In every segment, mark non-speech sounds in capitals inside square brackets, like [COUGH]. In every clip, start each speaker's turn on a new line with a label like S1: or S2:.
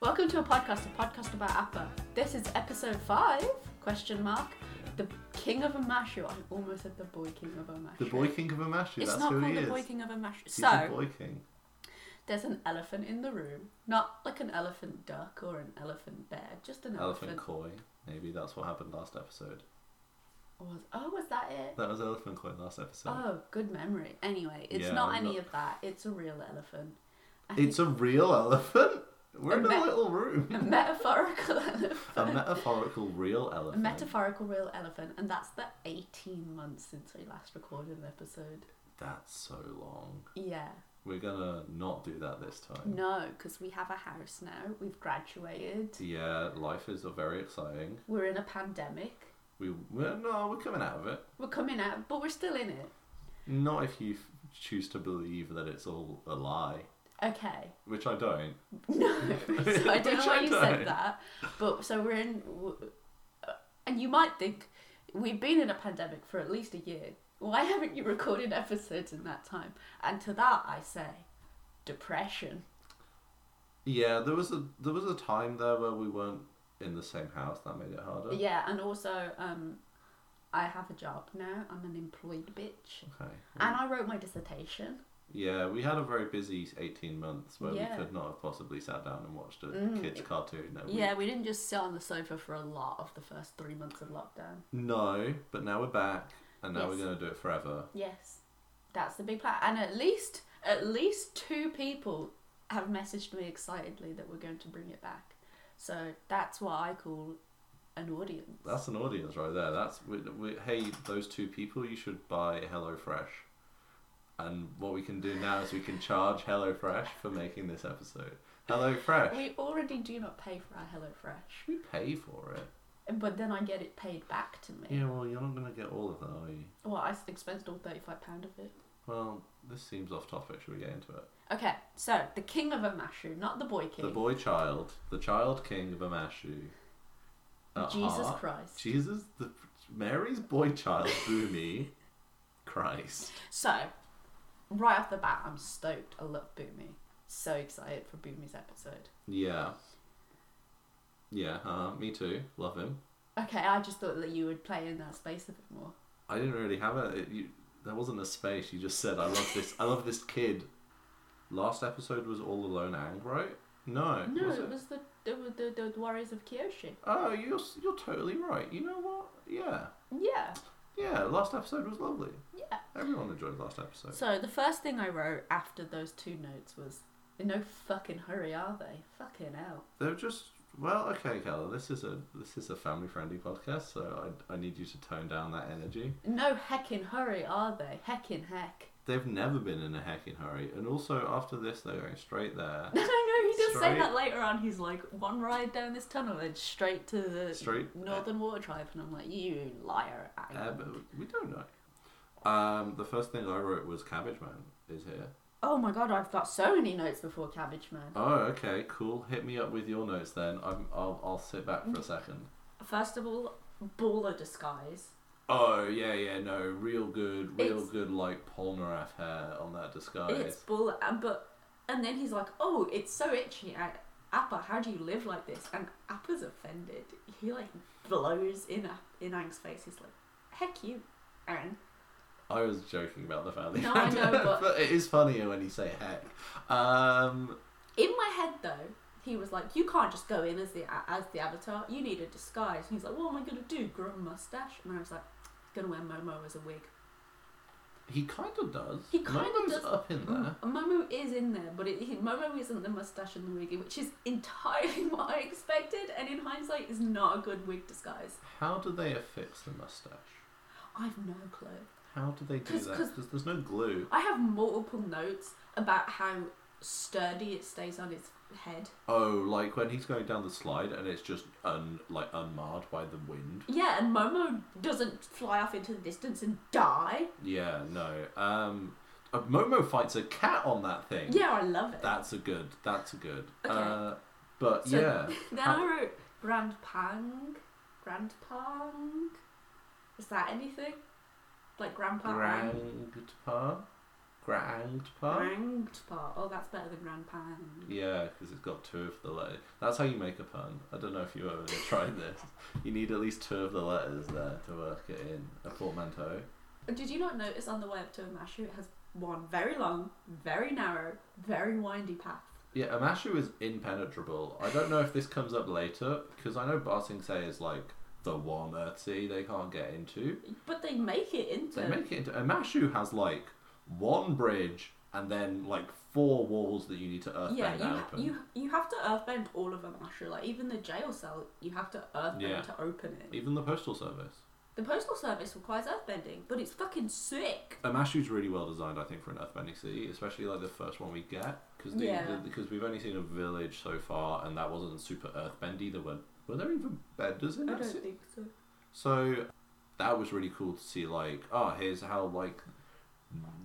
S1: Welcome to a podcast, a podcast about APA. This is episode five, question mark. The King of Amashu. I almost said the boy king of Amashu.
S2: The boy king of Amashu.
S1: It's
S2: that's
S1: not
S2: who
S1: called
S2: he
S1: the
S2: is.
S1: boy king of Amashu.
S2: He's the
S1: So
S2: boy king.
S1: there's an elephant in the room. Not like an elephant duck or an elephant bear, just an elephant.
S2: Elephant koi. Maybe that's what happened last episode.
S1: Was, oh, was that it?
S2: That was elephant koi last episode.
S1: Oh, good memory. Anyway, it's
S2: Yeah,
S1: not
S2: I'm
S1: any
S2: not-
S1: of that. It's a real elephant. I
S2: it's a real elephant. We're
S1: A
S2: in a
S1: me-
S2: little room.
S1: [LAUGHS] think a metaphorical elephant.
S2: A metaphorical real
S1: A
S2: elephant.
S1: metaphorical real elephant, and that's the 18 months since we last recorded an episode.
S2: That's so long.
S1: Yeah.
S2: We're gonna not do that this time.
S1: No, because we have a house now. We've graduated.
S2: Yeah, life is uh, very exciting.
S1: We're in a pandemic.
S2: We we're, no, we're coming out of it.
S1: We're coming out, but we're still in it.
S2: Not if you f- choose to believe that it's all a lie, [LAUGHS]
S1: Okay.
S2: which I don't.
S1: No. so I don't know
S2: Which
S1: why
S2: I
S1: you
S2: don't.
S1: said that. But so we're in. w- uh, And you might think we've been in a pandemic for at least a year. Why haven't you recorded episodes in that time? And to that I say, depression.
S2: Yeah, there was a there was a time there where we weren't in the same house. That made it harder.
S1: Yeah, and also, um, I have a job now. I'm an employed bitch.
S2: Okay.
S1: And I wrote my dissertation.
S2: Yeah, we had a very busy eighteen months where
S1: Yeah.
S2: we could not have possibly sat down and watched a
S1: Mm.
S2: kids cartoon. every-
S1: Yeah, we didn't just sit on the sofa for a lot of the first three months of lockdown.
S2: No, but now we're back, and now
S1: Yes.
S2: we're gonna do it forever.
S1: Yes, that's the big plan. And at least, at least two people have messaged me excitedly that we're going to bring it back. So that's what I call an audience.
S2: That's an audience right there. That's we, we, hey, those two people, you should buy HelloFresh. And what we can do now is we can charge HelloFresh for making this episode.
S1: [LAUGHS]
S2: HelloFresh,
S1: we already do not pay for our HelloFresh,
S2: we pay for it.
S1: but then I get it paid back to me.
S2: Yeah, well, you're not gonna get all of that, are you?
S1: Well, I expensed all thirty-five pound of it.
S2: Well, this seems off topic. Should we get into it?
S1: Okay, so the king of Amashu, not the boy king,
S2: The boy child, the child king of Amashu. at
S1: Jesus
S2: heart.
S1: Christ.
S2: Jesus, the Mary's boy child, Boomy. Christ.
S1: So, right off the bat, I'm stoked. I love Boomy. So excited for Boomy's episode.
S2: Yeah. Yeah, uh, me too. Love him.
S1: Okay, I just thought that you would play in that space a bit more.
S2: I didn't really have a. It, you, there wasn't a space. You just said, "I love this. I love this kid." Last episode was all alone, Ang, right? No.
S1: No,
S2: was
S1: it
S2: it?
S1: was the the, the the Warriors of Kyoshi.
S2: Oh, you're s- you're totally right. You know what? Yeah,
S1: Yeah,
S2: yeah. Last episode was lovely.
S1: yeah.
S2: Everyone enjoyed last episode.
S1: So the first thing I wrote after those two notes was, "In no fucking hurry, are they? Fucking hell."
S2: They're just well, okay, Keller. This is a this is a family friendly podcast, so I, I need you to tone down that energy.
S1: No heckin' hurry, are they? Heckin' heck. [LAUGHS]
S2: They've never been in a heckin' hurry, and also after this, they're going
S1: [LAUGHS]
S2: straight there,
S1: No, no, he does say
S2: Straight-
S1: that later on. He's like, one ride down this tunnel and straight to the
S2: Straight-
S1: Northern Water Tribe. And I'm like, you liar. Aang."
S2: uh, but we don't know. Um, the first thing I wrote was Cabbage Man is here.
S1: oh my god, I've got so many notes before Cabbage Man.
S2: Oh, okay, cool. Hit me up with your notes then. I'm, I'll I'll sit back
S1: Mm.
S2: for a second.
S1: First of all, baller disguise.
S2: Oh yeah, yeah, no, real good, real
S1: It's-
S2: good, like Polnareff hair on that disguise.
S1: It's baller. And, but, and then he's like, oh, it's so itchy. I, Appa, how do you live like this? And Appa's offended. He like blows in, App- in Ang's face. He's like, heck you, Ang.
S2: I was joking about the family. [LAUGHS]
S1: No, I know, but-
S2: it is funnier when you say heck. Um,
S1: In my head, though, he was like, "You can't just go in as the as the avatar. You need a disguise." And he's like, "What am I gonna do? Grow a mustache?" And I was like, "Gonna wear Momo as a wig."
S2: he kind of does.
S1: He kinda
S2: Momo's
S1: does. Mm.
S2: up in there.
S1: And Momo is in there, but it, he, Momo isn't the mustache and the wig, which is entirely [LAUGHS] what I expected, and in hindsight, is not a good wig disguise.
S2: How do they affix the mustache?
S1: I've no clue.
S2: How do they do
S1: 'Cause-
S2: that?
S1: 'cause-
S2: Because there's no glue.
S1: I have multiple notes about how sturdy it stays on his head.
S2: Oh, like when he's going down the slide and it's just un like unmarred by the wind.
S1: Yeah, and Momo doesn't fly off into the distance and die.
S2: Yeah, no. Um, uh, Momo fights a cat on that thing.
S1: Yeah, I love it.
S2: That's a good. That's a good.
S1: Okay.
S2: Uh, but
S1: So-
S2: yeah,
S1: Then
S2: How-
S1: I wrote Grand Pang. Grand Pang? Is that anything? Like [LAUGHS] Grandpa Pang?
S2: Grandpa. grandpa.
S1: Granged part. Oh, that's better than grand pound.
S2: Yeah, because it's got two of the letters. That's how you make a pun. I don't know if you ever [LAUGHS] tried this. You need at least two of the letters there to work it in a portmanteau.
S1: Did you not notice on the way up to Amashu it has one very long, very narrow, very windy path?
S2: Yeah, Amashu is impenetrable. I don't know if this comes up later because I know Barsing Se is like the one Ertzi they can't get into.
S1: But they make it into.
S2: They make it into Amashu has like one bridge and then like four walls that you need to earthbend
S1: yeah, you,
S2: and
S1: ha-
S2: open.
S1: you you have to earthbend all of Amashu. Like even the jail cell, you have to earthbend
S2: Yeah.
S1: to open it.
S2: Even the postal service.
S1: The postal service requires earthbending, but it's fucking sick.
S2: Amashu's really well designed, I think, for an Earthbending city, especially like the first one we get because
S1: Yeah.
S2: because we've only seen a village so far, and that wasn't super Earthbendy. There were were there even benders in that city?
S1: think so.
S2: So that was really cool to see. Like, oh, here's how like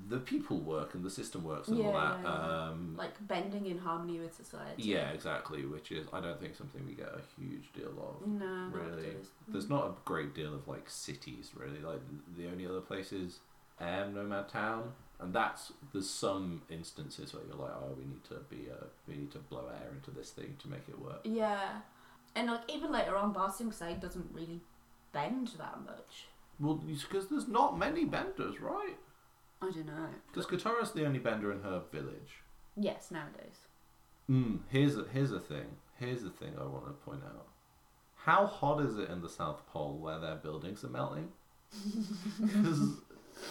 S2: the people work and the system works and all
S1: Yeah,
S2: that.
S1: yeah, yeah.
S2: Um,
S1: Like bending in harmony with society.
S2: yeah, exactly. Which is, I don't think something we get a huge deal of.
S1: No. not
S2: Really.
S1: those.
S2: There's not a great deal of like cities really. Like the only other place is um, Nomad Town, and that's there's some instances where you're like, oh, we need to be uh, we need to blow air into this thing to make it work.
S1: Yeah, and like even later on, Barsing Say doesn't really bend that much.
S2: Well, because there's not many benders, right?
S1: I don't know.
S2: Because Katara's the only bender in her village.
S1: Yes, nowadays.
S2: Mm, here's a, here's a thing. Here's a thing I want to point out. How hot is it in the South Pole where their buildings are melting? [LAUGHS]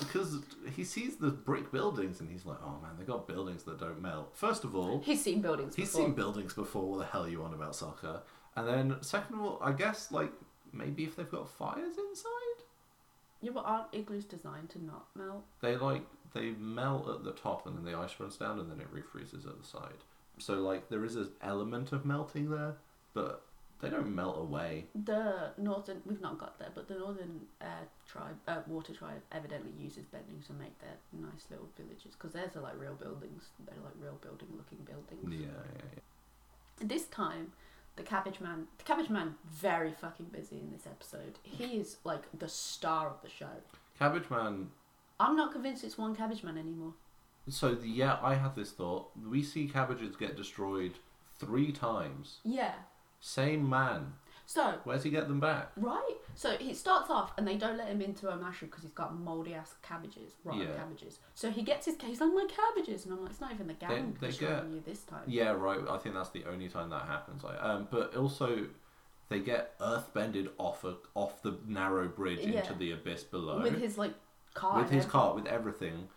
S2: Because he sees the brick buildings and he's like, oh man, they got buildings that don't melt. First of all,
S1: He's seen buildings
S2: he's
S1: before.
S2: seen buildings before. What the hell are you on about soccer? And then second of all, I guess like maybe if they've got fires inside,
S1: yeah, but aren't igloos designed to not melt?
S2: they like they melt at the top and then the ice runs down and then it refreezes at the side. So like there is an element of melting there, but they don't melt away.
S1: The northern we've not got there, but the northern uh, tribe, uh, water tribe, evidently uses bending to make their nice little villages because theirs are like real buildings. They're like real building-looking
S2: Yeah,
S1: buildings.
S2: yeah, yeah.
S1: This time, the Cabbage Man, the Cabbage Man, very fucking busy in this episode. He is like the star of the show.
S2: Cabbage Man.
S1: I'm not convinced it's one Cabbage Man anymore.
S2: So the, yeah, I had this thought. We see cabbages get destroyed three times.
S1: Yeah.
S2: Same man.
S1: So,
S2: Where's he get them back?
S1: right? So he starts off and they don't let him into Omashu because he's got mouldy ass cabbages, rotten
S2: Yeah.
S1: cabbages. So he gets his case, he's like, my cabbages. And I'm like, it's not even the gang
S2: they
S1: destroying
S2: get-
S1: you this time.
S2: Yeah, right. I think that's the only time that happens. Like, um, but also. They get earthbended off a, off the narrow bridge
S1: Yeah.
S2: into the abyss below.
S1: With his like car.
S2: with
S1: and
S2: his
S1: everything.
S2: car, with everything.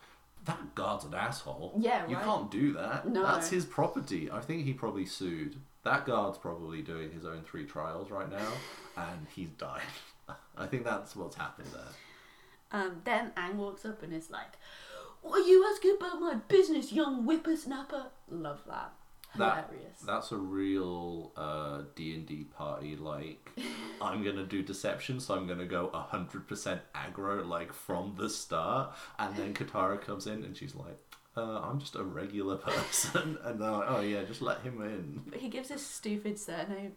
S2: That guard's an asshole.
S1: Yeah,
S2: You
S1: right.
S2: can't do that.
S1: No.
S2: That's his property. I think he probably sued. That guard's probably doing his own three trials right now, and he's died. [LAUGHS] I think that's what's happened there.
S1: Um, then Ang walks up and is like, What are you asking about my business, young whippersnapper? Love that.
S2: That-
S1: Hilarious.
S2: That's a real uh, D and D party. Like,
S1: [LAUGHS]
S2: I'm gonna do deception, so I'm gonna go hundred percent aggro, like from the start. And then Katara comes in, and she's like, uh, "I'm just a regular [LAUGHS] person," and they're like, "Oh yeah, just let him in."
S1: But he gives his stupid surname,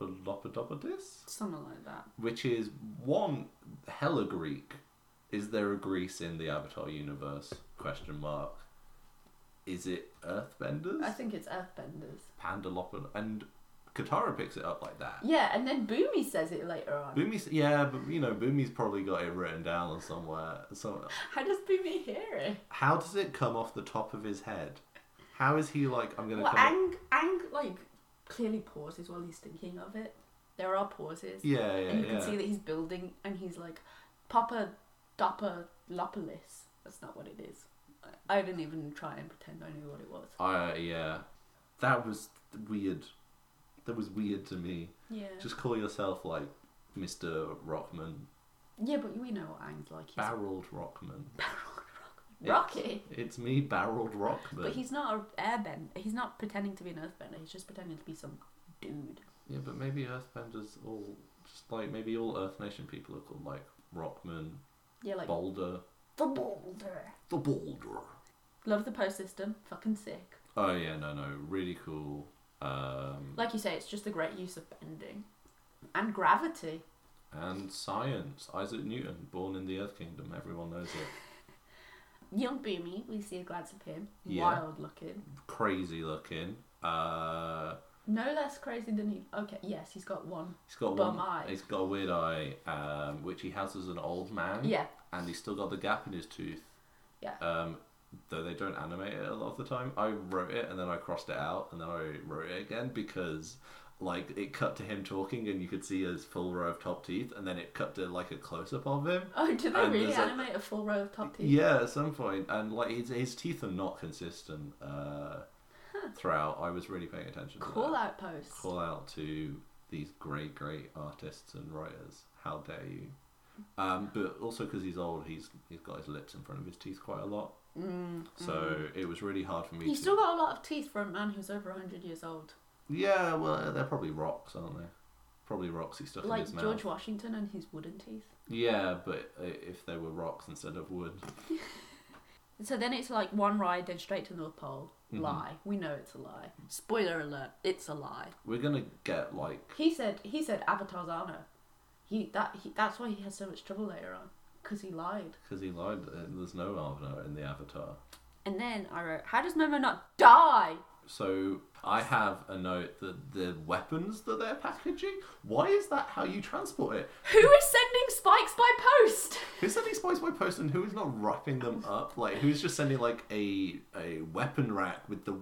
S2: Pandanopodopodis,
S1: something like that.
S2: which is one hella Greek. Is there a Greece in the Avatar universe? Question mark. Is it Earthbenders?
S1: I think it's Earthbenders.
S2: Pandalopod and Katara picks it up like that.
S1: Yeah, and then Boomy says it later on.
S2: Boomy, yeah, but you know, Boomy's probably got it written down somewhere. So,
S1: How does Boomy hear it?
S2: how does it come off the top of his head? How is he like? I'm gonna.
S1: Well,
S2: come up-
S1: Ang, Ang, like, clearly pauses while he's thinking of it. There are pauses.
S2: yeah, yeah,
S1: and you
S2: yeah.
S1: can see that he's building, and he's like, Papa Dopper Lopolis. That's not what it is. I- I didn't even try and pretend I knew what it was.
S2: I yeah, that was weird. That was weird to me.
S1: Yeah.
S2: Just call yourself like Mr. Rockman,
S1: yeah, but we know what Ang's like. He's
S2: barreled Rockman.
S1: a rocky.
S2: It's me, barreled Rockman.
S1: But he's not an airbender. He's not pretending to be an earthbender. He's just pretending to be some dude.
S2: Yeah, but maybe Earthbenders all just like maybe all Earth Nation people are called like Rockman,
S1: Yeah, like,
S2: Boulder,
S1: the boulder.
S2: the Boulder.
S1: Love the post system. Fucking sick.
S2: Oh yeah, no, no, really cool. Um,
S1: Like you say, it's just the great use of bending and gravity.
S2: and science. Isaac Newton, born in the Earth Kingdom. Everyone knows it.
S1: Young Boomy, we see a glance of him.
S2: Yeah.
S1: Wild looking.
S2: Crazy looking. Uh,
S1: No less crazy than he. Okay, yes, he's got one.
S2: he's got
S1: Bum
S2: one.
S1: eye.
S2: He's got a weird eye, um, which he has as an old man.
S1: Yeah. [LAUGHS]
S2: And he's still got the gap in his tooth.
S1: Yeah.
S2: Um, though they don't animate it a lot of the time. I wrote it and then I crossed it out and then I wrote it again because like it cut to him talking and you could see his full row of top teeth and then it cut to like a close up of him.
S1: Oh, do they
S2: And
S1: really
S2: there's a-
S1: animate a full row of top teeth?
S2: Yeah, at some point, and like his, his teeth are not consistent uh, throughout. I was really paying attention. to
S1: Call
S2: that.
S1: out posts.
S2: Call out to these great, great artists and writers. How dare you? Um, but also because he's old, he's he's got his lips in front of his teeth quite a lot. Mm, so it was really hard for me.
S1: He's
S2: to...
S1: still got a lot of teeth for a man who's over 100 years old.
S2: Yeah, well, they're probably rocks, aren't they? Probably rocks he stuck in
S1: Like
S2: his mouth.
S1: George Washington and his wooden teeth.
S2: Yeah, but i- if they were rocks instead of wood,
S1: So then it's like one ride, then straight to North Pole.
S2: Mhm.
S1: Lie. We know it's a lie. Spoiler alert, it's a lie.
S2: we're gonna get like
S1: He said he said Avatar's honor. He that he, that's why he has so much trouble later on because he lied.
S2: because he lied. uh, There's no Avatar in the Avatar.
S1: And then I wrote, how does Momo not die?
S2: So I have a note that the weapons that they're packaging. Why is that how you transport it?
S1: Who is sending spikes by post?
S2: Who's sending spies by post and who is not wrapping them up? Like who's just sending like a a weapon rack with the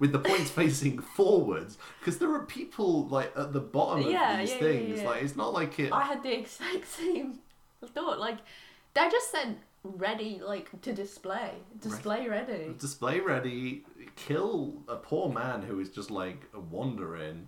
S2: with the
S1: [LAUGHS]
S2: points facing forwards? Because there are people like at the bottom of
S1: Yeah,
S2: these
S1: yeah, yeah,
S2: things.
S1: yeah.
S2: Like it's not like it.
S1: I had the exact same thought. Like they're just sent ready, like to display, display ready.
S2: [LAUGHS] Display ready, kill a poor man who is just like wandering.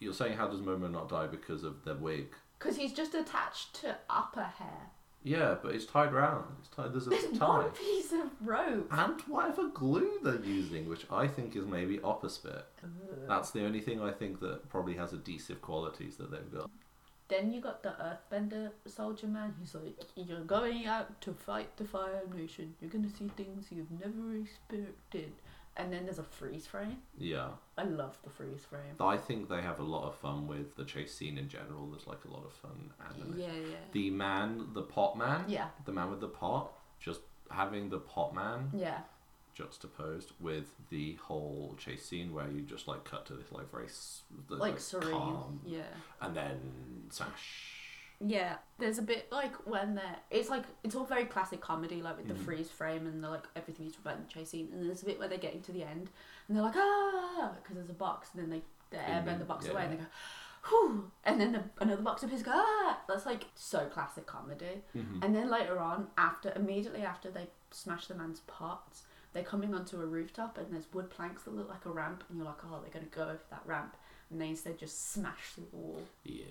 S2: You're saying how does Momo not die because of the wig?
S1: Because he's just attached to upper hair.
S2: Yeah, but it's tied round. It's tied. There's
S1: There's
S2: a tie.
S1: one piece of rope.
S2: And whatever glue they're using, which I think is maybe oppospit. That's the only thing I think that probably has adhesive qualities that they've got.
S1: Then you got the Earthbender soldier man. He's like, You're going out to fight the Fire Nation. You're going to see things you've never expected. And then there's a freeze frame.
S2: Yeah,
S1: I love the freeze frame.
S2: I think they have a lot of fun with the chase scene in general. There's like a lot of fun anime.
S1: Yeah, yeah.
S2: The man, the pot man.
S1: Yeah.
S2: The man with the pot. Just having the pot man
S1: Yeah.
S2: juxtaposed with the whole chase scene where you just like cut to this like very s- the,
S1: Like serene.
S2: calm,
S1: Yeah.
S2: and then smash.
S1: Yeah. There's a bit like when they're. It's like. It's all very classic comedy, like with the freeze frame and the like everything's about the chase scene. And there's a bit where they're getting to the end and they're like, Ah! Because there's a box. And then they. The
S2: And then-
S1: airbender box
S2: yeah,
S1: away
S2: yeah.
S1: and they go, Whew! And then the, another box of his go, ah! That's like so classic comedy. And then later on, after immediately after they smash the man's pots, they're coming onto a rooftop and there's wood planks that look like a ramp, and you're like, oh, they're gonna go over that ramp, and they instead just smash through the wall.
S2: Yeah,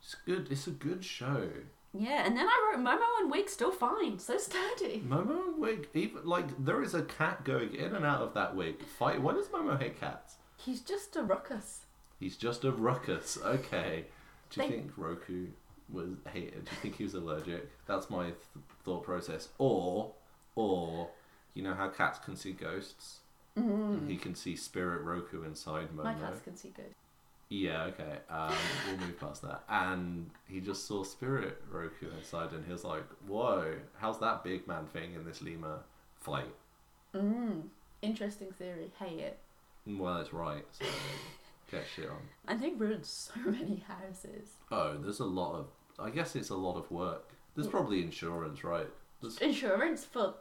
S2: it's good. It's a good show.
S1: Yeah, and then I wrote Momo and Wig still fine, so sturdy.
S2: Momo and wig, even like there is a cat going in and out of that wig. Fight. Why does Momo hate cats?
S1: He's just a ruckus.
S2: He's just a ruckus. Okay. Do you
S1: They-
S2: think Roku was hated? Do you think he was allergic? That's my th- thought process. Or, or you know how cats can see ghosts. Mm. He can see spirit Roku inside Momo.
S1: My cats can see good.
S2: Yeah, okay. Um, we'll move past that. And he just saw Spirit Roku inside, and he was like, "Whoa, how's that big man thing in this lemur fight?"
S1: Interesting theory. Hate it.
S2: Well, it's right.
S1: [LAUGHS]
S2: So get shit on.
S1: And they ruined so [LAUGHS] many houses.
S2: Oh, there's a lot of. I guess it's a lot of work. There's probably insurance, right? There's,
S1: Insurance for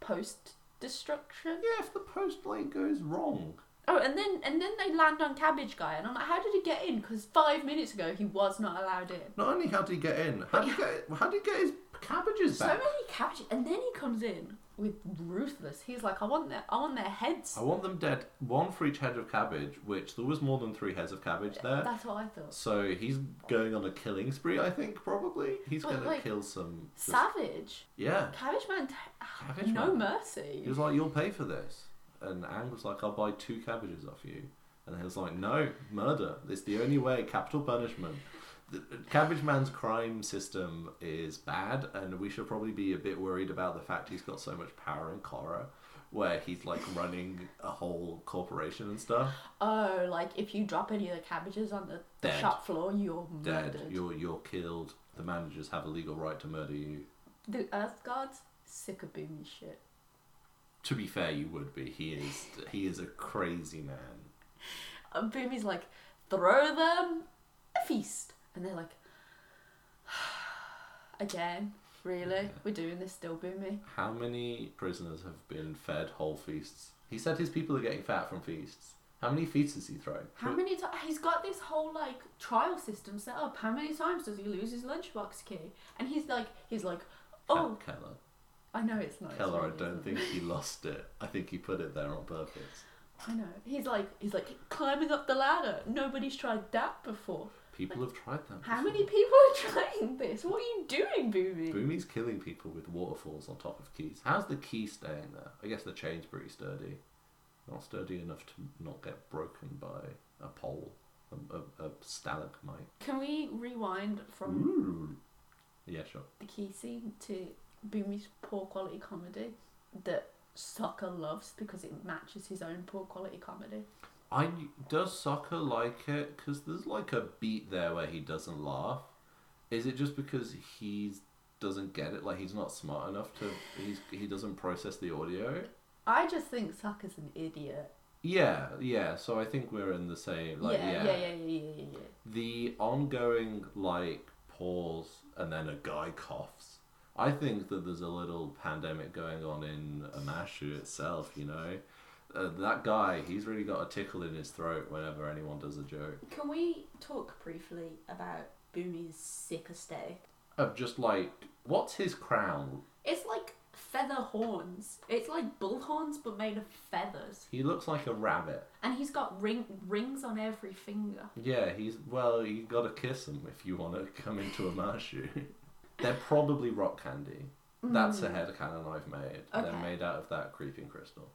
S1: post destruction.
S2: yeah, if the post light goes wrong.
S1: Oh, and then and then they land on Cabbage Guy, and I'm like, how did he get in? Because five minutes ago he was not allowed in.
S2: Not only how do you get in, how do you get how do you get his cabbages
S1: So
S2: back?
S1: many cabbage, and then he comes in with ruthless. He's like, I want their, I want their heads.
S2: I want them dead. One for each head of cabbage. Which there was more than three heads of cabbage there.
S1: That's what I thought.
S2: So he's going on a killing spree, I think, probably. He's
S1: But,
S2: going
S1: like,
S2: to kill some. just-
S1: Savage,
S2: yeah.
S1: Cabbage Man, t- [SIGHS]
S2: Cabbage
S1: no
S2: Man.
S1: mercy.
S2: He was like, You'll pay for this. And Ang was like, I'll buy two cabbages off you. And he was like, No, murder. It's the only way, capital punishment. The uh, Cabbage Man's crime system is bad, and we should probably be a bit worried about the fact he's got so much power in Korra, where he's like running a whole corporation and stuff.
S1: Oh, like if you drop any of the cabbages on the
S2: Dead.
S1: shop floor, you're
S2: Dead,
S1: murdered.
S2: you're you're killed. The managers have a legal right to murder you.
S1: The Earth Guards sick of Boomy shit.
S2: To be fair, you would be. He is he is a crazy man.
S1: And Boomy's Uh, like, throw them a feast. And they're like, [SIGHS] again, really?
S2: Yeah.
S1: We're doing this still, Boomy?
S2: How many prisoners have been fed whole feasts? He said his people are getting fat from feasts. How many feasts has he thrown?
S1: How many times? He's got this whole like trial system set up. How many times does he lose his lunchbox key? And he's like, he's like, oh,
S2: Ke- Keller.
S1: I know it's not. it's
S2: Keller, I
S1: really
S2: don't
S1: isn't.
S2: think he lost it. I think he put it there on purpose.
S1: I know. He's like, he's like climbing up the ladder. Nobody's tried that before.
S2: People have tried that.
S1: How
S2: before.
S1: many people are trying this? What are you doing, Boomy?
S2: Boomy's killing people with waterfalls on top of keys. How's the key staying there? I guess the chain's pretty sturdy. Not sturdy enough to not get broken by a pole, a, a, a stalagmite.
S1: Can we rewind
S2: Hmm?
S1: from
S2: Ooh. Yeah, sure.
S1: the key scene to Boomy's poor quality comedy that Sokka loves because it matches his own poor quality comedy?
S2: I kn- does Soccer like it because there's like a beat there where he doesn't laugh. Is it just because he's doesn't get it? Like he's not smart enough to he's he doesn't process the audio.
S1: I just think Sokka's an idiot.
S2: Yeah, yeah. So I think we're in the same. Like,
S1: yeah, yeah, yeah, yeah, yeah, yeah, yeah.
S2: the ongoing like pause and then a guy coughs. I think that there's a little pandemic going on in Amashu itself. You know, uh, that guy he's really got a tickle in his throat whenever anyone does a joke
S3: Can we talk briefly about Boomy's sickest day?
S2: of just like what's his crown?
S1: It's like feather horns. It's like bull horns but made of feathers.
S2: He looks like a rabbit.
S1: And he's got ring rings on every finger.
S2: Yeah, he's well. You got to kiss him if you want to come into Amashu. [LAUGHS] They're probably rock candy. That's a headcanon I've made. They're
S1: Okay.
S2: made out of that creeping crystal.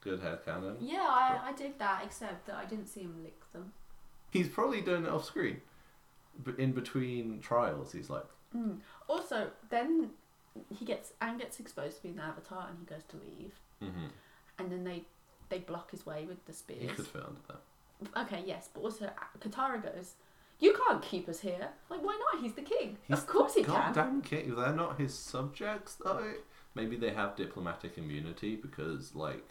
S2: Good headcanon.
S1: Yeah, I, I did that, except that I didn't see him lick them.
S2: He's probably doing it off screen. But in between trials, he's like,
S1: Also, then he gets and gets exposed to being the avatar, and he goes to leave.
S2: mm-hmm.
S1: And then they they block his way with the
S2: he
S1: spears.
S2: could fit under there.
S1: Okay, yes, but also uh, Katara goes, "You can't keep us here. Like, why not? He's the king. of course he can."
S2: Goddamn king. They're not his subjects, though. Maybe they have diplomatic immunity because, like,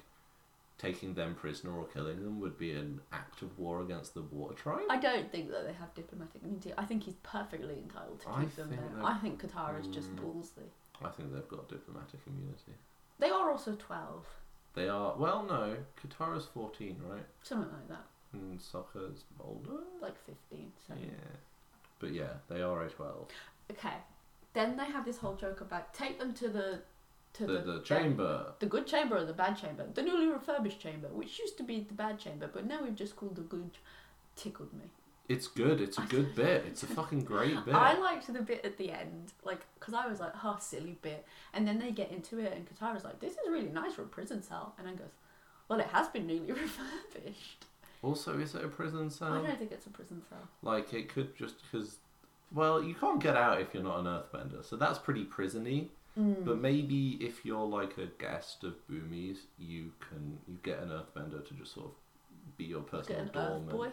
S2: taking them prisoner or killing them would be an act of war against the water tribe.
S1: I don't think that they have diplomatic immunity. I think he's perfectly entitled to keep
S2: I
S1: them
S2: think
S1: there.
S2: that-
S1: I think Katara's just
S2: Mm.
S1: ballsy.
S2: I think they've got diplomatic immunity.
S1: They are also twelve,
S2: They are, well, no. Katara's 14, right?
S1: something like that,
S2: And Sokka's older?
S1: like fifteen. So.
S2: Yeah. But yeah, they are
S1: [LAUGHS]
S2: a 12.
S1: Okay. Then they have this whole joke about take them to the to
S2: The,
S1: the,
S2: the chamber.
S1: the good chamber or the bad chamber, the newly refurbished chamber, which used to be the bad chamber, but now we've just called the good. Tickled me.
S2: It's good. It's a
S1: [LAUGHS]
S2: good bit. It's a fucking great bit.
S1: I liked the bit at the end, like, because I was like, "Oh, silly bit," and then they get into it, and Katara's like, "This is really nice for a prison cell," and I goes, "Well, it has been newly [LAUGHS] refurbished."
S2: also, is it a prison
S1: I
S2: cell?
S1: don't think it's a prison cell.
S2: Like it could just because, well, you can't get out if you're not an Earthbender, so that's pretty prisony.
S1: Mm. Hmm.
S2: But maybe if you're like a guest of Boomies, you can you get an Earthbender to just sort of be your
S1: Get
S2: personal
S1: an Earth
S2: doorman.
S1: boy.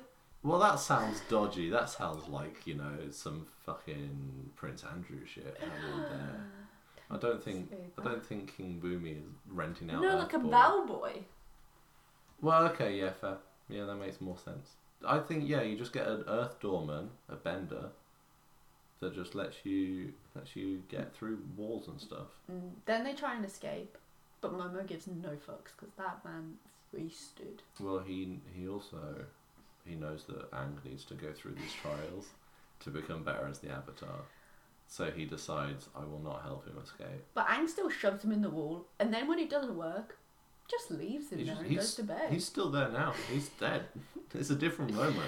S2: Well, that sounds dodgy. That sounds like you know some fucking Prince Andrew shit. happening
S1: Uh,
S2: there.
S1: [GASPS]
S2: I don't think
S1: Say
S2: I don't think King Boomy is renting out.
S1: No, like a
S2: Earthborn.
S1: bow boy.
S2: Well, okay, yeah, fair. Yeah, that makes more sense. I think yeah, you just get an Earth Doorman, a bender, that just lets you lets you get through walls and stuff.
S1: Mm. Then they try and escape, but Momo gives no fucks because that man feasted.
S2: Well, he he also he knows that Ang needs to go through these trials to become better as the Avatar, so he decides I will not help him escape.
S1: But Ang still shoves him in the wall, and then when it doesn't work, just leaves him
S2: He's
S1: there
S2: just-
S1: and
S2: he's-
S1: goes to bed.
S2: He's still there now. He's dead. [LAUGHS] it's a different Momo.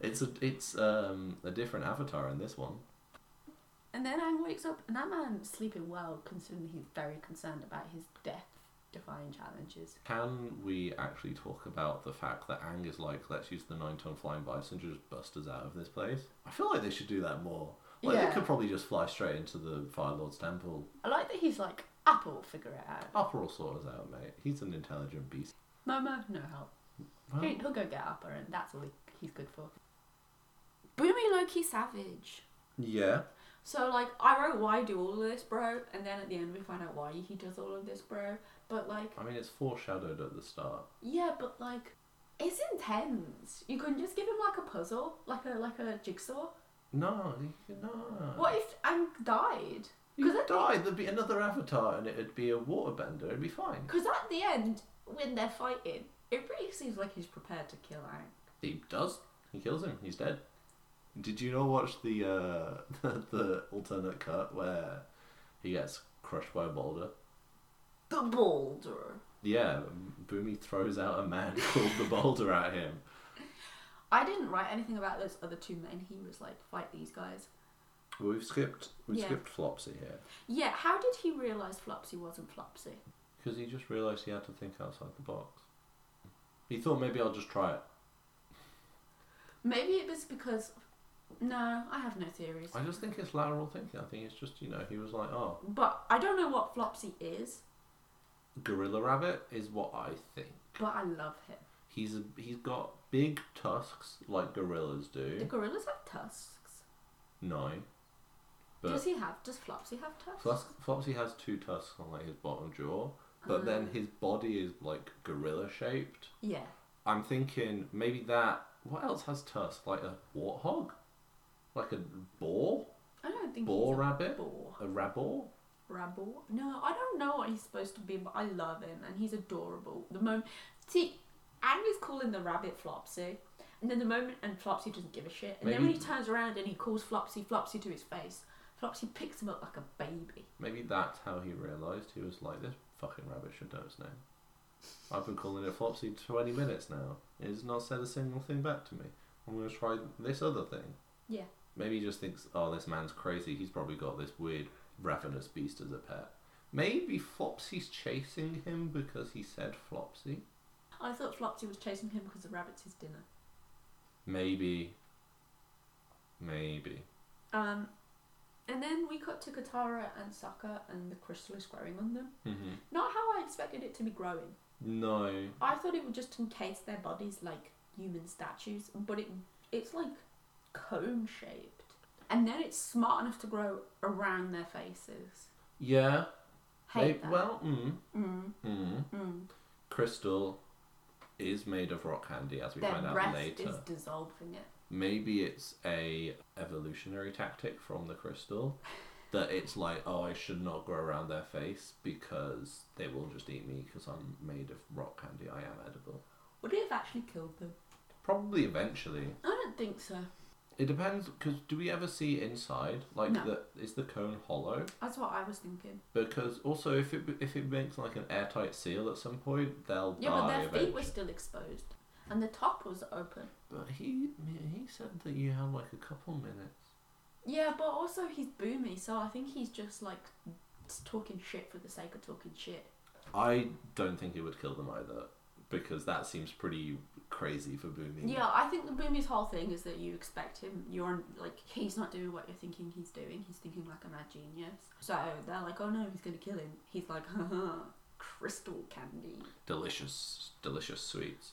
S2: It's a it's um a different Avatar in this one.
S1: And then Ang wakes up, and that man's sleeping well, considering he's very concerned about his death-defying challenges.
S2: Can we actually talk about the fact that Ang is like, let's use the nine ton flying bison to just bust us out of this place? I feel like they should do that more. Like
S1: Yeah.
S2: they could probably just fly straight into the Fire Lord's temple.
S1: I like that he's like, Apple will figure it out.
S2: Upper will sort us out, mate. He's an intelligent beast.
S1: Momo, no help.
S2: Well,
S1: He, will go get Appa, and that's all he, he's good for.
S3: Boomy Loki Savage.
S2: yeah.
S1: So like I wrote why do all of this, bro, and then at the end we find out why he does all of this, bro. But like
S2: I mean, it's foreshadowed at the start.
S1: yeah, but like it's intense. You couldn't just give him like a puzzle, like a like a jigsaw.
S2: No, you- no.
S1: What if Ang died?
S2: You
S1: 'Cause I think-
S2: die, there'd be another avatar, and it'd be a waterbender. It'd be fine.
S1: Because at the end when they're fighting, it really seems like he's prepared to kill Ang.
S2: He does. He kills him. He's dead. Did you not watch the uh, [LAUGHS] the, the alternate cut where he gets crushed by a boulder?
S1: The boulder.
S2: Yeah, Boomy throws out a man [LAUGHS] called the Boulder at him.
S1: I didn't write anything about those other two men. He was like, fight these guys.
S2: We've skipped. We've
S1: Yeah.
S2: skipped Flopsy here
S1: Yeah, how did he realise Flopsy wasn't Flopsy?
S2: because he just realised he had to think outside the box. He thought maybe I'll just try it.
S1: Maybe it was because. No, I have no theories.
S2: I just think it's lateral thinking. I think it's just you know he was like, oh,
S1: But I don't know what Flopsy is,
S2: Gorilla Rabbit is what I think.
S1: but I love him.
S2: He's a, he's got big tusks like gorillas
S1: The
S2: do.
S1: gorillas have tusks.
S2: No,
S1: Does
S2: but
S1: he have. Does Flopsy have tusks?
S2: Flus- Flopsy has two tusks on like his bottom jaw, but then his body is like gorilla shaped.
S1: Yeah.
S2: I'm thinking maybe that. What else has tusks? Like a warthog, like a boar,
S1: I don't think
S2: boar
S1: he's a
S2: rabbit,
S1: boar.
S2: a rabor.
S1: Rabble? No, I don't know what he's supposed to be, but I love him and he's adorable. The moment. See, Ang is calling the rabbit Flopsy, and then the moment. And Flopsy doesn't give a shit. And then when
S2: Maybe-
S1: he turns around and he calls Flopsy Flopsy to his face, Flopsy picks him up like a baby.
S2: Maybe that's how he realised he was like, this fucking rabbit should know its name. I've been calling it Flopsy 20 minutes now. It has not said a single thing back to me. I'm going to try this other thing.
S1: Yeah.
S2: Maybe he just thinks, oh, this man's crazy. He's probably got this weird ravenous beast as a pet. Maybe Flopsy's chasing him because he said Flopsy.
S1: I thought Flopsy was chasing him because the rabbit's his dinner.
S2: Maybe. Maybe.
S1: Um, and then we cut to Katara and Sokka, and the crystal is growing on them.
S2: hmm
S1: Not how I expected it to be growing.
S2: No.
S1: I thought it would just encase their bodies like human statues, but it it's like cone shaped, and then it's smart enough to grow around their faces.
S2: Yeah.
S1: Hate
S2: May-
S1: that.
S2: Well, mm,
S1: mm,
S2: mm.
S1: mm.
S2: crystal is made of rock candy as we
S1: their
S2: find out
S1: breath
S2: later
S1: is dissolving it.
S2: maybe it's a evolutionary tactic from
S1: [LAUGHS]
S2: the crystal that it's like oh i should not grow around their face because they will just eat me because i'm made of rock candy i am edible
S1: Would it have actually killed them?
S2: probably eventually
S1: I don't think so.
S2: it depends because do we ever see inside like
S1: No.
S2: the is the cone hollow
S1: That's what I was thinking.
S2: because also if it if it makes like an airtight seal at some point they'll
S1: Yeah,
S2: die
S1: but their feet were
S2: eventually.
S1: still exposed, and the top was open.
S2: but he he said that you had like a couple minutes
S1: Yeah, but also he's boomy, so I think he's just like s- talking shit for the sake of talking shit.
S2: I don't think it would kill them either, because that seems pretty crazy for Boomy.
S1: Yeah, I think the boomy's whole thing is that you expect him. You're like he's not doing what you're thinking he's doing. He's thinking like a mad genius. So they're like, oh no, he's gonna kill him. He's like, [LAUGHS] haha, crystal candy.
S2: Delicious, delicious sweets.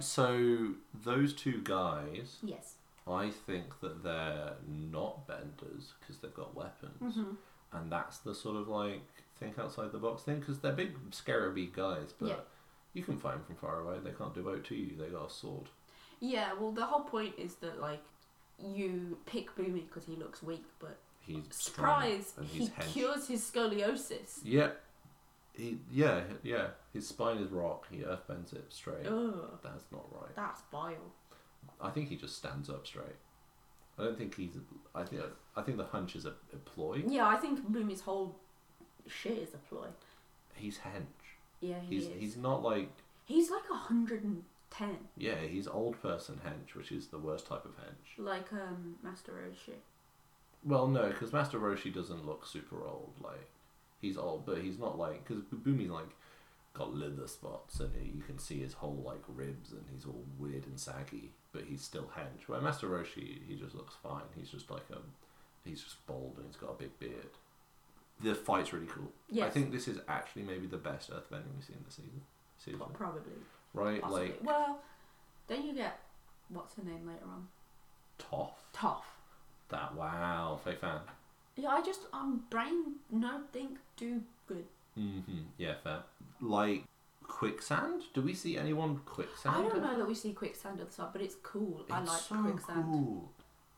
S2: So those two guys,
S1: Yes.
S2: I think that they're not benders because they've got weapons,
S1: Mm-hmm.
S2: and that's the sort of like think outside the box thing because they're big scarabee guys, but
S1: Yeah.
S2: you can find them from far away. They can't do boat to you. They got a sword.
S1: Yeah. Well, the whole point is that like you pick boomy because he looks weak, but
S2: He's strong
S1: surprise,
S2: and
S1: he
S2: he's hench.
S1: cures his scoliosis.
S2: Yeah. He, yeah, yeah. His spine is rock. He earthbends it straight.
S1: Ugh,
S2: That's not right.
S1: that's vile.
S2: I think he just stands up straight. I don't think he's. I think. I think the hunch is a, a ploy.
S1: Yeah, I think Boomy's whole shit is a ploy.
S2: He's hench.
S1: Yeah, he
S2: He's
S1: is. He's,
S2: he's not like
S1: like a hundred and ten,
S2: yeah. He's old person hench, which is the worst type of hench.
S1: like um Master Roshi.
S2: Well, no, because Master Roshi doesn't look super old. Like he's old, but he's not like because Bumi's like got leather spots and you can see his whole like ribs and he's all weird and saggy, but he's still hench. Where Master Roshi, he just looks fine. He's just like a he's just bald and he's got a big beard. The fight's really cool. I
S1: Yes.
S2: think this is actually maybe the best Earthbending we've seen this season. season.
S1: Well, probably.
S2: Right,
S1: Possibly.
S2: like
S1: well, then you get what's her name later on?
S2: Toph.
S1: Toph.
S2: That wow, fake fan.
S1: Yeah, I just um brain no think do good.
S2: Mm-hmm. Yeah, fair. Like quicksand? Do we see anyone quicksand?
S1: I don't know that we see quicksand at the start, but it's cool. I
S2: It's
S1: like
S2: so
S1: quicksand.
S2: cool.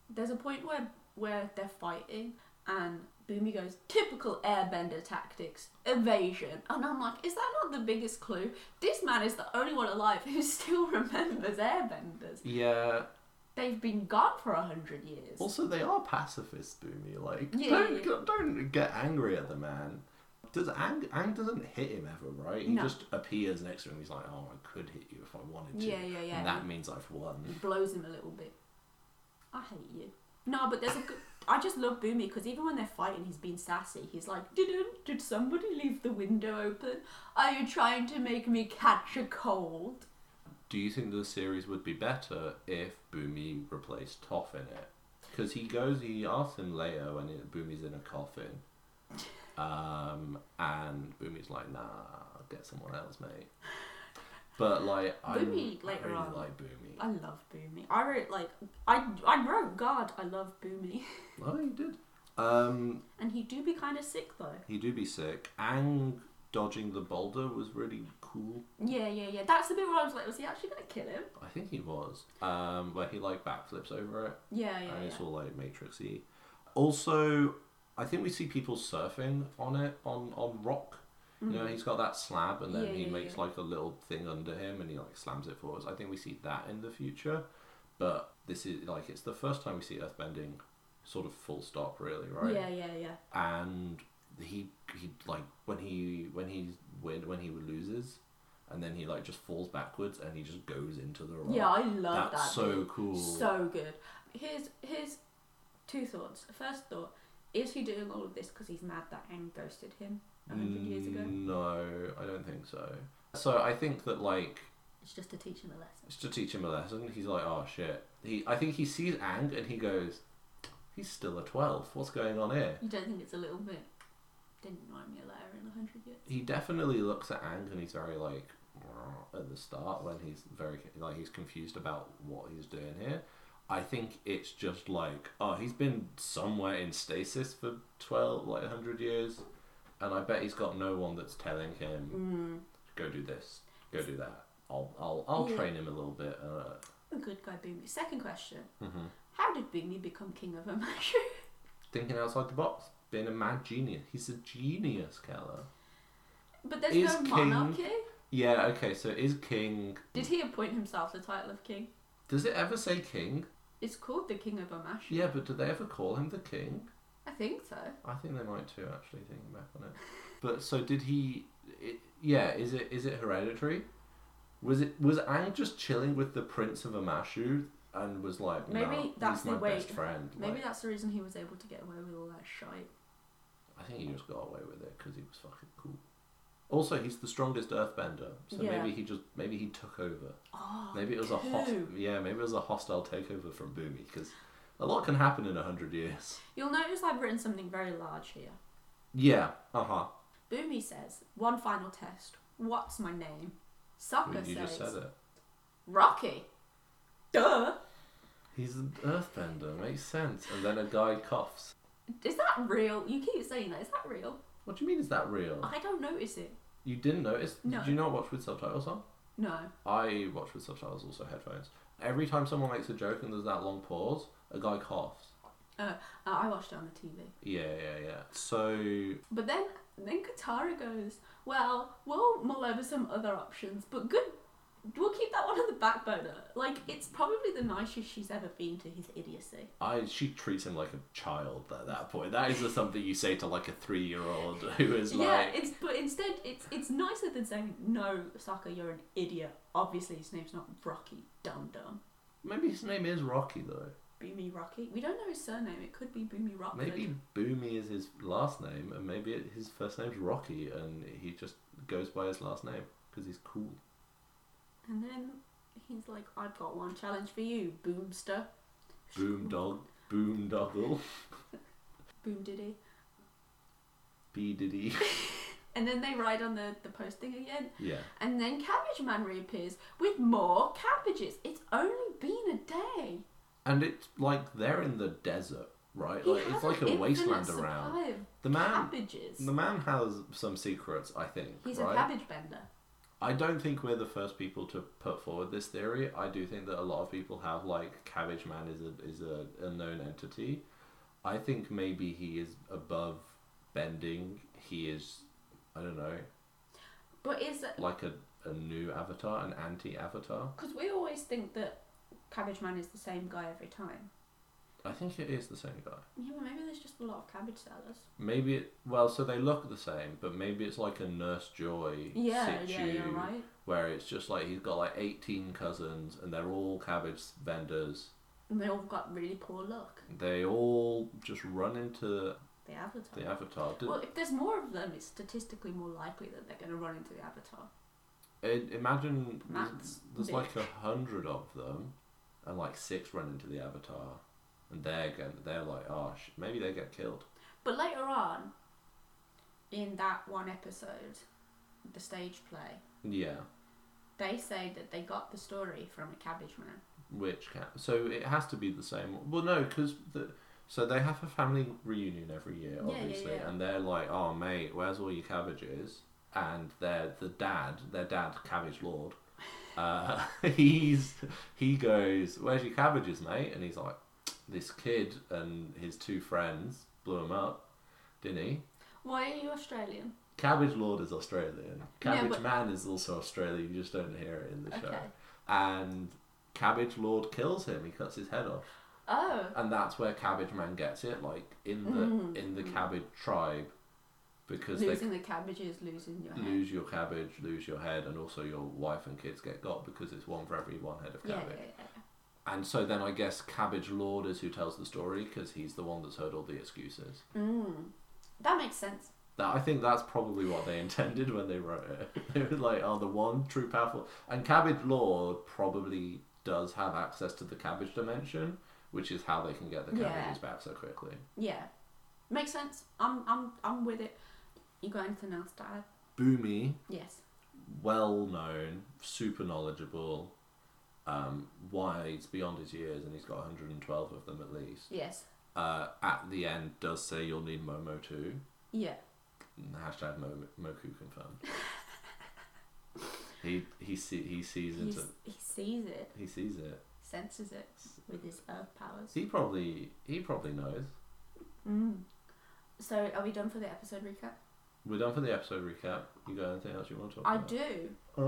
S1: There's a point where where they're fighting and Boomy goes, typical airbender tactics, evasion. And I'm like, is that not the biggest clue? This man is the only one alive who [LAUGHS] still remembers airbenders.
S2: Yeah.
S1: They've been gone for a hundred years.
S2: Also, they are pacifists, Boomy. Like,
S1: Yeah,
S2: don't
S1: yeah,
S2: don't get angry at the man. Does Ang Ang doesn't hit him ever, right? He
S1: No.
S2: just appears next to him. He's like, "Oh, I could hit you if I wanted to."
S1: Yeah, yeah, yeah.
S2: And that means I've
S1: He
S2: won.
S1: blows him a little bit. I hate you. No, but there's a good. I just love Boomy because even when they're fighting, he's being sassy. He's like, "Didn't did somebody leave the window open? Are you trying to make me catch a cold?"
S2: Do you think the series would be better if Boomy replaced Toph in it? Because he goes, he asks him later when it, Boomy's in a coffin, um, and Boomy's like, "Nah, I'll get someone else, mate." But like,
S1: Boomy
S2: I'm,
S1: later
S2: I really
S1: on.
S2: like Boomy.
S1: I love Boomy. I wrote like I I wrote God. I love Boomy, [LAUGHS]
S2: Oh, he did. Um,
S1: and he do be kind of sick though.
S2: He do be sick. Ang dodging the boulder was really cool.
S1: Yeah, yeah, yeah. That's the bit where I was like, was he actually gonna kill him?
S2: I think he was. Um, where he like backflips over it,
S1: Yeah, yeah,
S2: and
S1: yeah.
S2: it's all like matrixy. Also, I think we see people surfing on it on on rock. You know, he's got that slab, and then
S1: Mm-hmm. Yeah,
S2: he
S1: yeah,
S2: makes
S1: yeah.
S2: like a little thing under him, and he like slams it forwards. I think we see that in the future, but this is like it's the first time we see earthbending, sort of full stop, really, right?
S1: Yeah, yeah, yeah.
S2: and he he like when he when he when when he loses and then he like just falls backwards and he just goes into the rock
S1: Yeah, I love
S2: that's
S1: that.
S2: so
S1: bit.
S2: cool
S1: So good. Here's here's two thoughts. First thought is he doing all of this because he's mad that Aang ghosted him a hundred years ago?
S2: Mm. no i don't think so so i think that like
S1: It's just to teach him a lesson.
S2: it's to teach him a lesson he's like oh shit he i think he sees ang and he goes he's still a 12 what's going on here
S1: You don't think it's a little bit? Didn't remind me of Lara in a hundred years.
S2: he definitely looks at Ang and he's very like at the start when he's very like he's confused about what he's doing here. I think it's just like oh he's been somewhere in stasis for twelve like hundred years, and I bet he's got no one that's telling him
S1: Mm.
S2: go do this, go do that. I'll I'll, I'll
S1: Yeah.
S2: train him a little bit. Uh,
S1: Good guy, Boomy. Second question:
S2: mhm.
S1: How did Boomy become king of [LAUGHS] Amashu?
S2: Thinking outside the box, being a mad genius. He's a genius, Keller.
S1: But there's
S2: Is
S1: no
S2: king-
S1: monarchy.
S2: Yeah. Okay. So is king?
S1: Did he appoint himself the title of king?
S2: Does it ever say king?
S1: It's called the King of Amashu.
S2: Yeah, but do they ever call him the king?
S1: I think so.
S2: I think they might too. Actually, thinking back on it. But so did he? It, yeah, is it is it hereditary? Was it was Ang just chilling with the Prince of Amashu and was like,
S1: Maybe
S2: "Nah,
S1: that's
S2: he's my
S1: the way-
S2: best friend.
S1: Maybe
S2: like,
S1: that's the reason he was able to get away with all that shite.
S2: I think he just got away with it because he was fucking cool. Also, he's the strongest Earthbender, so
S1: Yeah.
S2: maybe he just maybe he took over.
S1: Oh,
S2: Maybe it was a host,
S1: cool.
S2: yeah, maybe it was a hostile takeover from Boomy because a lot can happen in a hundred years.
S1: You'll notice I've written something very large here.
S2: Yeah, uh huh.
S1: Boomy says, one final test. What's my name? Sokka
S2: You
S1: says,
S2: just said it.
S1: Rocky. Duh.
S2: He's an earthbender, makes sense. And then a guy coughs.
S1: Is that real? You keep saying that. Is that real?
S2: What do you mean, is that real?
S1: I don't notice it.
S2: You didn't notice?
S1: No.
S2: Did you not watch with subtitles on?
S1: No.
S2: I watch with subtitles, also headphones. Every time someone makes a joke and there's that long pause, a guy coughs.
S1: Uh, uh, I watched it on the TV.
S2: Yeah, yeah, yeah. So,
S1: But then, then Katara goes, well, we'll mull over some other options, but good. We'll keep that one on the back burner. Like, it's probably the nicest she's ever been to his idiocy.
S2: I she treats him like a child at that point. That is just something you say to like a three year old who is
S1: Yeah,
S2: like,
S1: it's but instead it's it's nicer than saying no, Sokka, you're an idiot. Obviously, his name's not Rocky Dum Dum.
S2: maybe his name is Rocky though.
S1: Boomy Rocky. We don't know his surname. It could be Boomy Rockford.
S2: Maybe Boomy is his last name, and maybe it, his first name's Rocky, and he just goes by his last name because he's cool.
S1: And then he's like, I've got one challenge for you, Boomster.
S2: Boom dog, boom doggle,
S1: Boom Diddy.
S2: B diddy.
S1: And then they ride on the the post thing again.
S2: Yeah,
S1: And then Cabbage Man reappears with more cabbages. It's only been a day.
S2: and it's like they're in the desert. right?
S1: He
S2: Like
S1: has
S2: it's like
S1: an
S2: a
S1: infinite
S2: wasteland
S1: supply
S2: around.
S1: of
S2: The man,
S1: Cabbages.
S2: the man has some secrets, I think.
S1: He's
S2: right?
S1: a cabbage bender.
S2: I don't think we're the first people to put forward this theory. I do think that a lot of people have like Cabbage Man is a is a unknown entity. I think maybe he is above bending. He is, I don't know,
S1: But is
S2: like a, a new avatar, an anti avatar.
S1: because we always think that Cabbage Man is the same guy every time.
S2: I think it is the same guy.
S1: Yeah, but maybe there's just a lot of cabbage sellers.
S2: Maybe it well, so they look the same, but maybe it's like a Nurse Joy
S1: Yeah,
S2: situ
S1: yeah, you're right.
S2: where it's just like he's got like eighteen cousins and they're all cabbage vendors.
S1: And they all got really poor luck.
S2: They all just run into
S1: The Avatar.
S2: the Avatar. Did,
S1: Well, if there's more of them, it's statistically more likely that they're going to run into the Avatar.
S2: i- imagine
S1: Matt's
S2: there's, there's
S1: big.
S2: like a hundred of them, and like six run into the Avatar, and they're going, they're like, oh, sh- maybe they get killed.
S1: But later on, in that one episode, the stage play,
S2: Yeah,
S1: they say that they got the story from a cabbage man.
S2: which can so it has to be the same. Well, no, because the. So they have a family reunion every year,
S1: Yeah, yeah,
S2: obviously,
S1: yeah.
S2: and they're like, "Oh, mate, where's all your cabbages?" And they're the dad, their dad, Cabbage
S1: [LAUGHS]
S2: Lord. Uh, [LAUGHS] he's he goes, "Where's your cabbages, mate?" And he's like, "This kid and his two friends blew him up, didn't he?"
S1: Why are you Australian?
S2: Cabbage Lord is Australian.
S1: Yeah,
S2: Cabbage
S1: but-
S2: Man is also Australian. You just don't hear it in the show.
S1: Okay.
S2: And Cabbage Lord kills him. He cuts his head off
S1: Oh,
S2: and that's where Cabbage Man gets it, like in the
S1: Mm.
S2: in the cabbage tribe, because
S1: losing the cabbages, losing your
S2: they
S1: head.
S2: lose your cabbage, lose your head, and also your wife and kids get got because it's one for every one head of
S1: yeah,
S2: cabbage.
S1: yeah, yeah.
S2: And so then I guess Cabbage Lord is who tells the story because he's the one that's heard all the excuses.
S1: Mm. That makes sense.
S2: That I think that's probably what they [LAUGHS] intended when they wrote it. [LAUGHS] they were like, "Oh, the one true powerful," and Cabbage Lord probably does have access to the cabbage dimension, which is how they can get the
S1: Yeah.
S2: cabbages back so quickly.
S1: Yeah, makes sense. I'm, I'm, I'm with it. You got anything else to add?
S2: Boomy
S1: Yes.
S2: well known, super knowledgeable, um, wise beyond his years, and he's got 112 of them at least.
S1: Yes.
S2: Uh, at the end, does say you'll need Momo too.
S1: Yeah.
S2: Hashtag Mo- Moku confirmed. he he see, he sees
S1: He's,
S2: into
S1: he sees it,
S2: he sees it.
S1: senses it with his earth powers.
S2: He probably he probably knows.
S1: Mm. So, are we done for the episode recap?
S2: We're done for the episode recap. You got anything else you want to talk
S1: I
S2: about?
S1: do.
S2: Oh,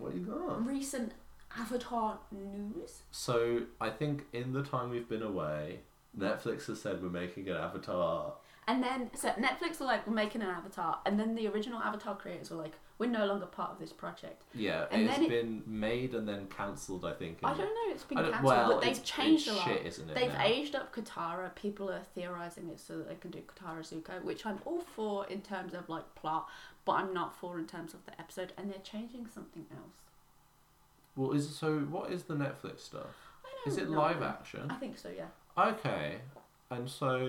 S2: what you got?
S1: Recent Avatar news.
S2: So I think in the time we've been away, Netflix has said we're making an Avatar
S1: And then, so Netflix were like, we're making an Avatar. And then the original Avatar creators were like, we're no longer part of this project.
S2: Yeah,
S1: And
S2: it's
S1: then it-
S2: been made and then cancelled. I think.
S1: I
S2: and-
S1: don't know, it's been
S2: I don't-
S1: cancelled,
S2: well,
S1: but they've
S2: it's- it's
S1: changed a lot.
S2: Shit, isn't it?
S1: They've
S2: now?
S1: aged up Katara. People are theorizing it so that they can do Katara Zuko, which I'm all for in terms of like plot, but I'm not for in terms of the episode. And they're changing something else.
S2: Well, is so? What is the Netflix stuff?
S1: I don't
S2: Is it
S1: know.
S2: live action?
S1: I think so, yeah.
S2: Okay, and so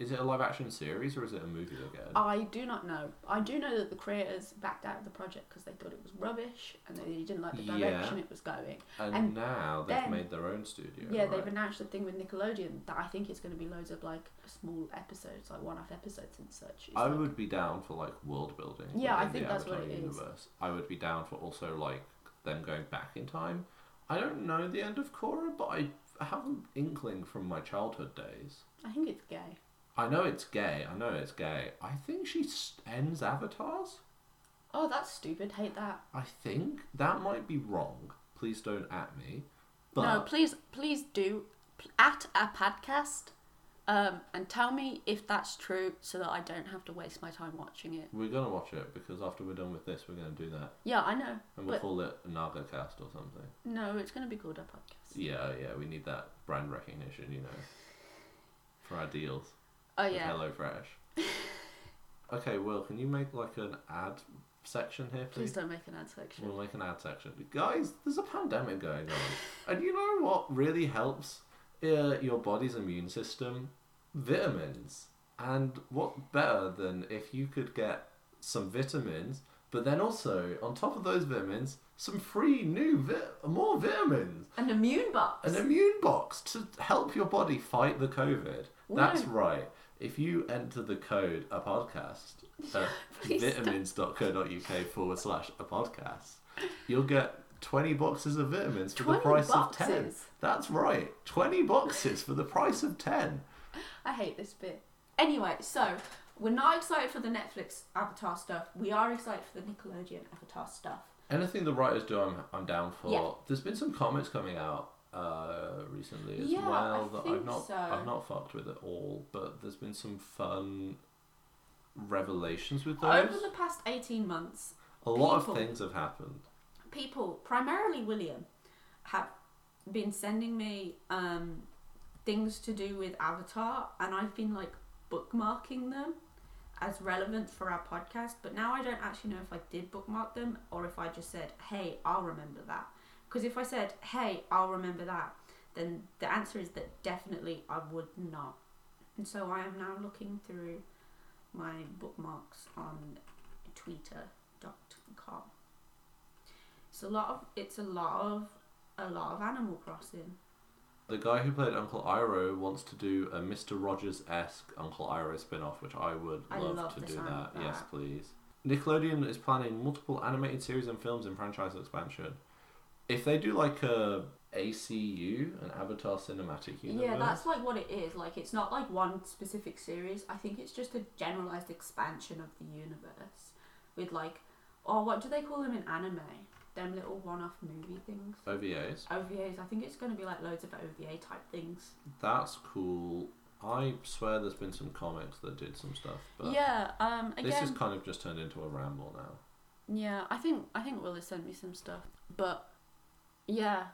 S2: is it a live action series or is it a movie again?
S1: I do not know. I do know that the creators backed out of the project because they thought it was rubbish and they didn't like the
S2: Yeah.
S1: direction it was going.
S2: and,
S1: and
S2: now they've
S1: then-
S2: made their own studio.
S1: Yeah,
S2: right?
S1: they've announced a thing with Nickelodeon that I think is going to be loads of like small episodes, like one-off episodes and such. It's
S2: I
S1: like-
S2: would be down for like world building.
S1: Yeah, I
S2: within
S1: think
S2: the
S1: that's what
S2: Avatar
S1: it is.
S2: universe. I would be down for also like them going back in time. I don't know the end of Korra, but I have an inkling from my childhood days.
S1: I think it's gay.
S2: I know it's gay. I know it's gay. I think she s- ends avatars.
S1: Oh, that's stupid. Hate that.
S2: I think that might be wrong. Please don't at me.
S1: no,
S2: But
S1: please, please do p- at a podcast, um, and tell me if that's true, so that I don't have to waste my time watching it.
S2: we're gonna watch it because after we're done with this, we're gonna do that,
S1: Yeah, I know,
S2: and we'll
S1: but
S2: call it Naga Cast or something.
S1: no, it's going to be called a podcast.
S2: Yeah, yeah. We need that brand recognition, you know, for our deals.
S1: Oh
S2: with
S1: yeah.
S2: HelloFresh.
S1: [LAUGHS]
S2: okay, Will, can you make like an ad section here,
S1: Please
S2: please?
S1: don't make an ad section.
S2: We'll make an ad section. Guys, there's a pandemic going
S1: [LAUGHS]
S2: on. and you know what really helps uh, your body's immune system? Vitamins. And what better than if you could get some vitamins, but then also, on top of those vitamins, some free new, vi- more vitamins
S1: An immune box.
S2: an immune box to help your body fight the COVID.
S1: We
S2: That's
S1: don't-
S2: right. If you enter the code a
S1: [LAUGHS]
S2: podcast uh, at
S1: Please don't.
S2: vitamins.co.uk forward slash a podcast, you'll get 20 boxes of vitamins for
S1: 20
S2: the price of 10.
S1: boxes?
S2: That's right. 20 boxes for the price of 10.
S1: I hate this bit. Anyway, so we're not excited for the Netflix Avatar stuff. We are excited for the Nickelodeon Avatar stuff.
S2: Anything the writers do, I'm, I'm down for.
S1: Yeah.
S2: There's been some comics coming out uh, recently as
S1: Yeah,
S2: well
S1: I
S2: that I've
S1: think
S2: not
S1: so.
S2: I've not fucked with at all, but there's been some fun revelations with those.
S1: Over the past 18 months,
S2: A lot
S1: people-
S2: of things have happened.
S1: people, primarily William, have been sending me um, things to do with Avatar, and I've been like bookmarking them as relevant for our podcast. But now I don't actually know if I did bookmark them or if I just said, hey, I'll remember that. Because if I said, hey, I'll remember that, then the answer is that definitely I would not. And so I am now looking through my bookmarks on twitter.com. It's a lot of it's a lot of a lot of Animal Crossing.
S2: The guy who played Uncle Iro wants to do a Mr. Rogers esque Uncle Iro spin off, which I would
S1: I
S2: love,
S1: love
S2: to
S1: the
S2: do
S1: sound
S2: that.
S1: of
S2: Yes,
S1: that.
S2: please. Nickelodeon is planning multiple animated series and films in franchise expansion. If they do like a ACU, an Avatar Cinematic Universe,
S1: Yeah, that's like what it is. Like it's not like one specific series. I think it's just a generalized expansion of the universe with like or what do they call them in anime? Them little one-off movie things.
S2: OVAs.
S1: OVAs. I think it's going to be like loads of OVA type things.
S2: That's cool. I swear there's been some comics that did some stuff, but
S1: yeah. Um. Again.
S2: this has kind of just turned into a ramble now.
S1: Yeah. I think I think Will has sent me some stuff, but yeah,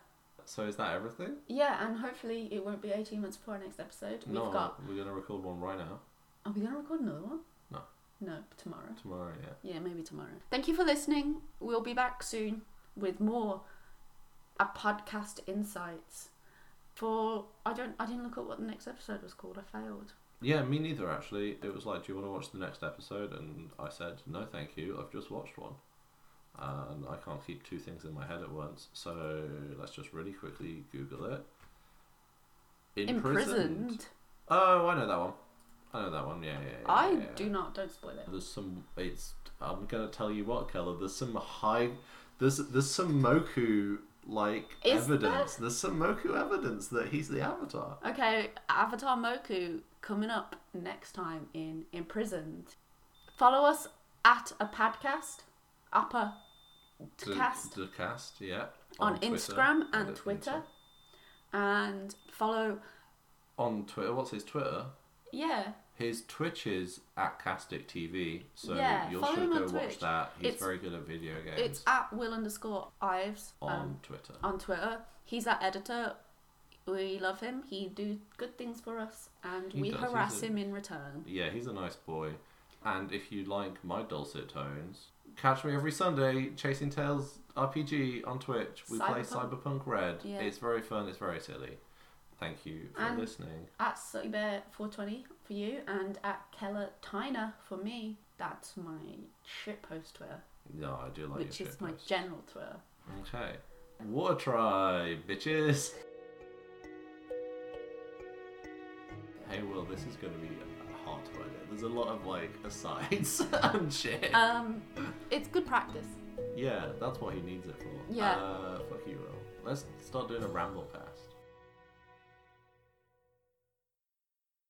S2: So is that everything?
S1: yeah. And hopefully it won't be eighteen months before our next episode.
S2: no,
S1: We've got.
S2: we're gonna record one right now
S1: Are we gonna record another one?
S2: No.
S1: No, tomorrow.
S2: tomorrow. Yeah.
S1: Yeah, maybe tomorrow. Thank you for listening. We'll be back soon with more a podcast insights. For I don't I didn't look up what the next episode was called. I failed.
S2: Yeah, me neither actually. It was like, do you want to watch the next episode? And I said, no, thank you. I've just watched one, and I can't keep two things in my head at once. So let's just really quickly Google it.
S1: Imprisoned.
S2: Oh, I know that one. I know that one. Yeah, yeah. yeah,
S1: I
S2: yeah, yeah.
S1: do not. Don't spoil it.
S2: There's some. It's. I'm gonna tell you what, Keller. There's some high. There's there's some Moku like
S1: Is there?
S2: evidence. There's some Moku evidence that he's the Avatar.
S1: Okay, Avatar Moku coming up next time in Imprisoned. Follow us at a podcast, upper
S2: D-
S1: cast
S2: The cast. Yeah.
S1: on,
S2: Twitter
S1: Instagram and,
S2: at
S1: Twitter, and follow
S2: On Twitter, what's his Twitter?
S1: yeah
S2: His Twitch is at Castic TV, so
S1: Yeah,
S2: you'll
S1: follow
S2: should
S1: him
S2: go
S1: on
S2: watch
S1: Twitch.
S2: that. He's
S1: It's-
S2: very good at video games
S1: It's at Will underscore Ives
S2: on
S1: um,
S2: Twitter.
S1: on Twitter. He's our editor. We love him. He do good things for us, and
S2: He
S1: we
S2: does, he's
S1: harass
S2: a-
S1: him in return.
S2: Yeah, he's a nice boy. And if you like my dulcet tones, catch me every Sunday chasing Tales RPG on Twitch. We play
S1: Cyberpunk.
S2: Cyberpunk Red.
S1: Yeah.
S2: It's very fun. It's very silly. Thank you for
S1: And-
S2: listening.
S1: At SuttyBear420 for you, and at Keller Tyner for me. That's my shitpost Twitter,
S2: No, I do like
S1: which
S2: your
S1: is my
S2: Oh, shitpost.
S1: general Twitter.
S2: Okay, War Tribe, bitches. Hey, Will, this is gonna be hard to edit. There's a lot of like asides [LAUGHS] and shit.
S1: Um, it's good practice.
S2: yeah, that's what he needs it for.
S1: Yeah.
S2: Uh, fuck you, Will. Let's start doing a ramble cast.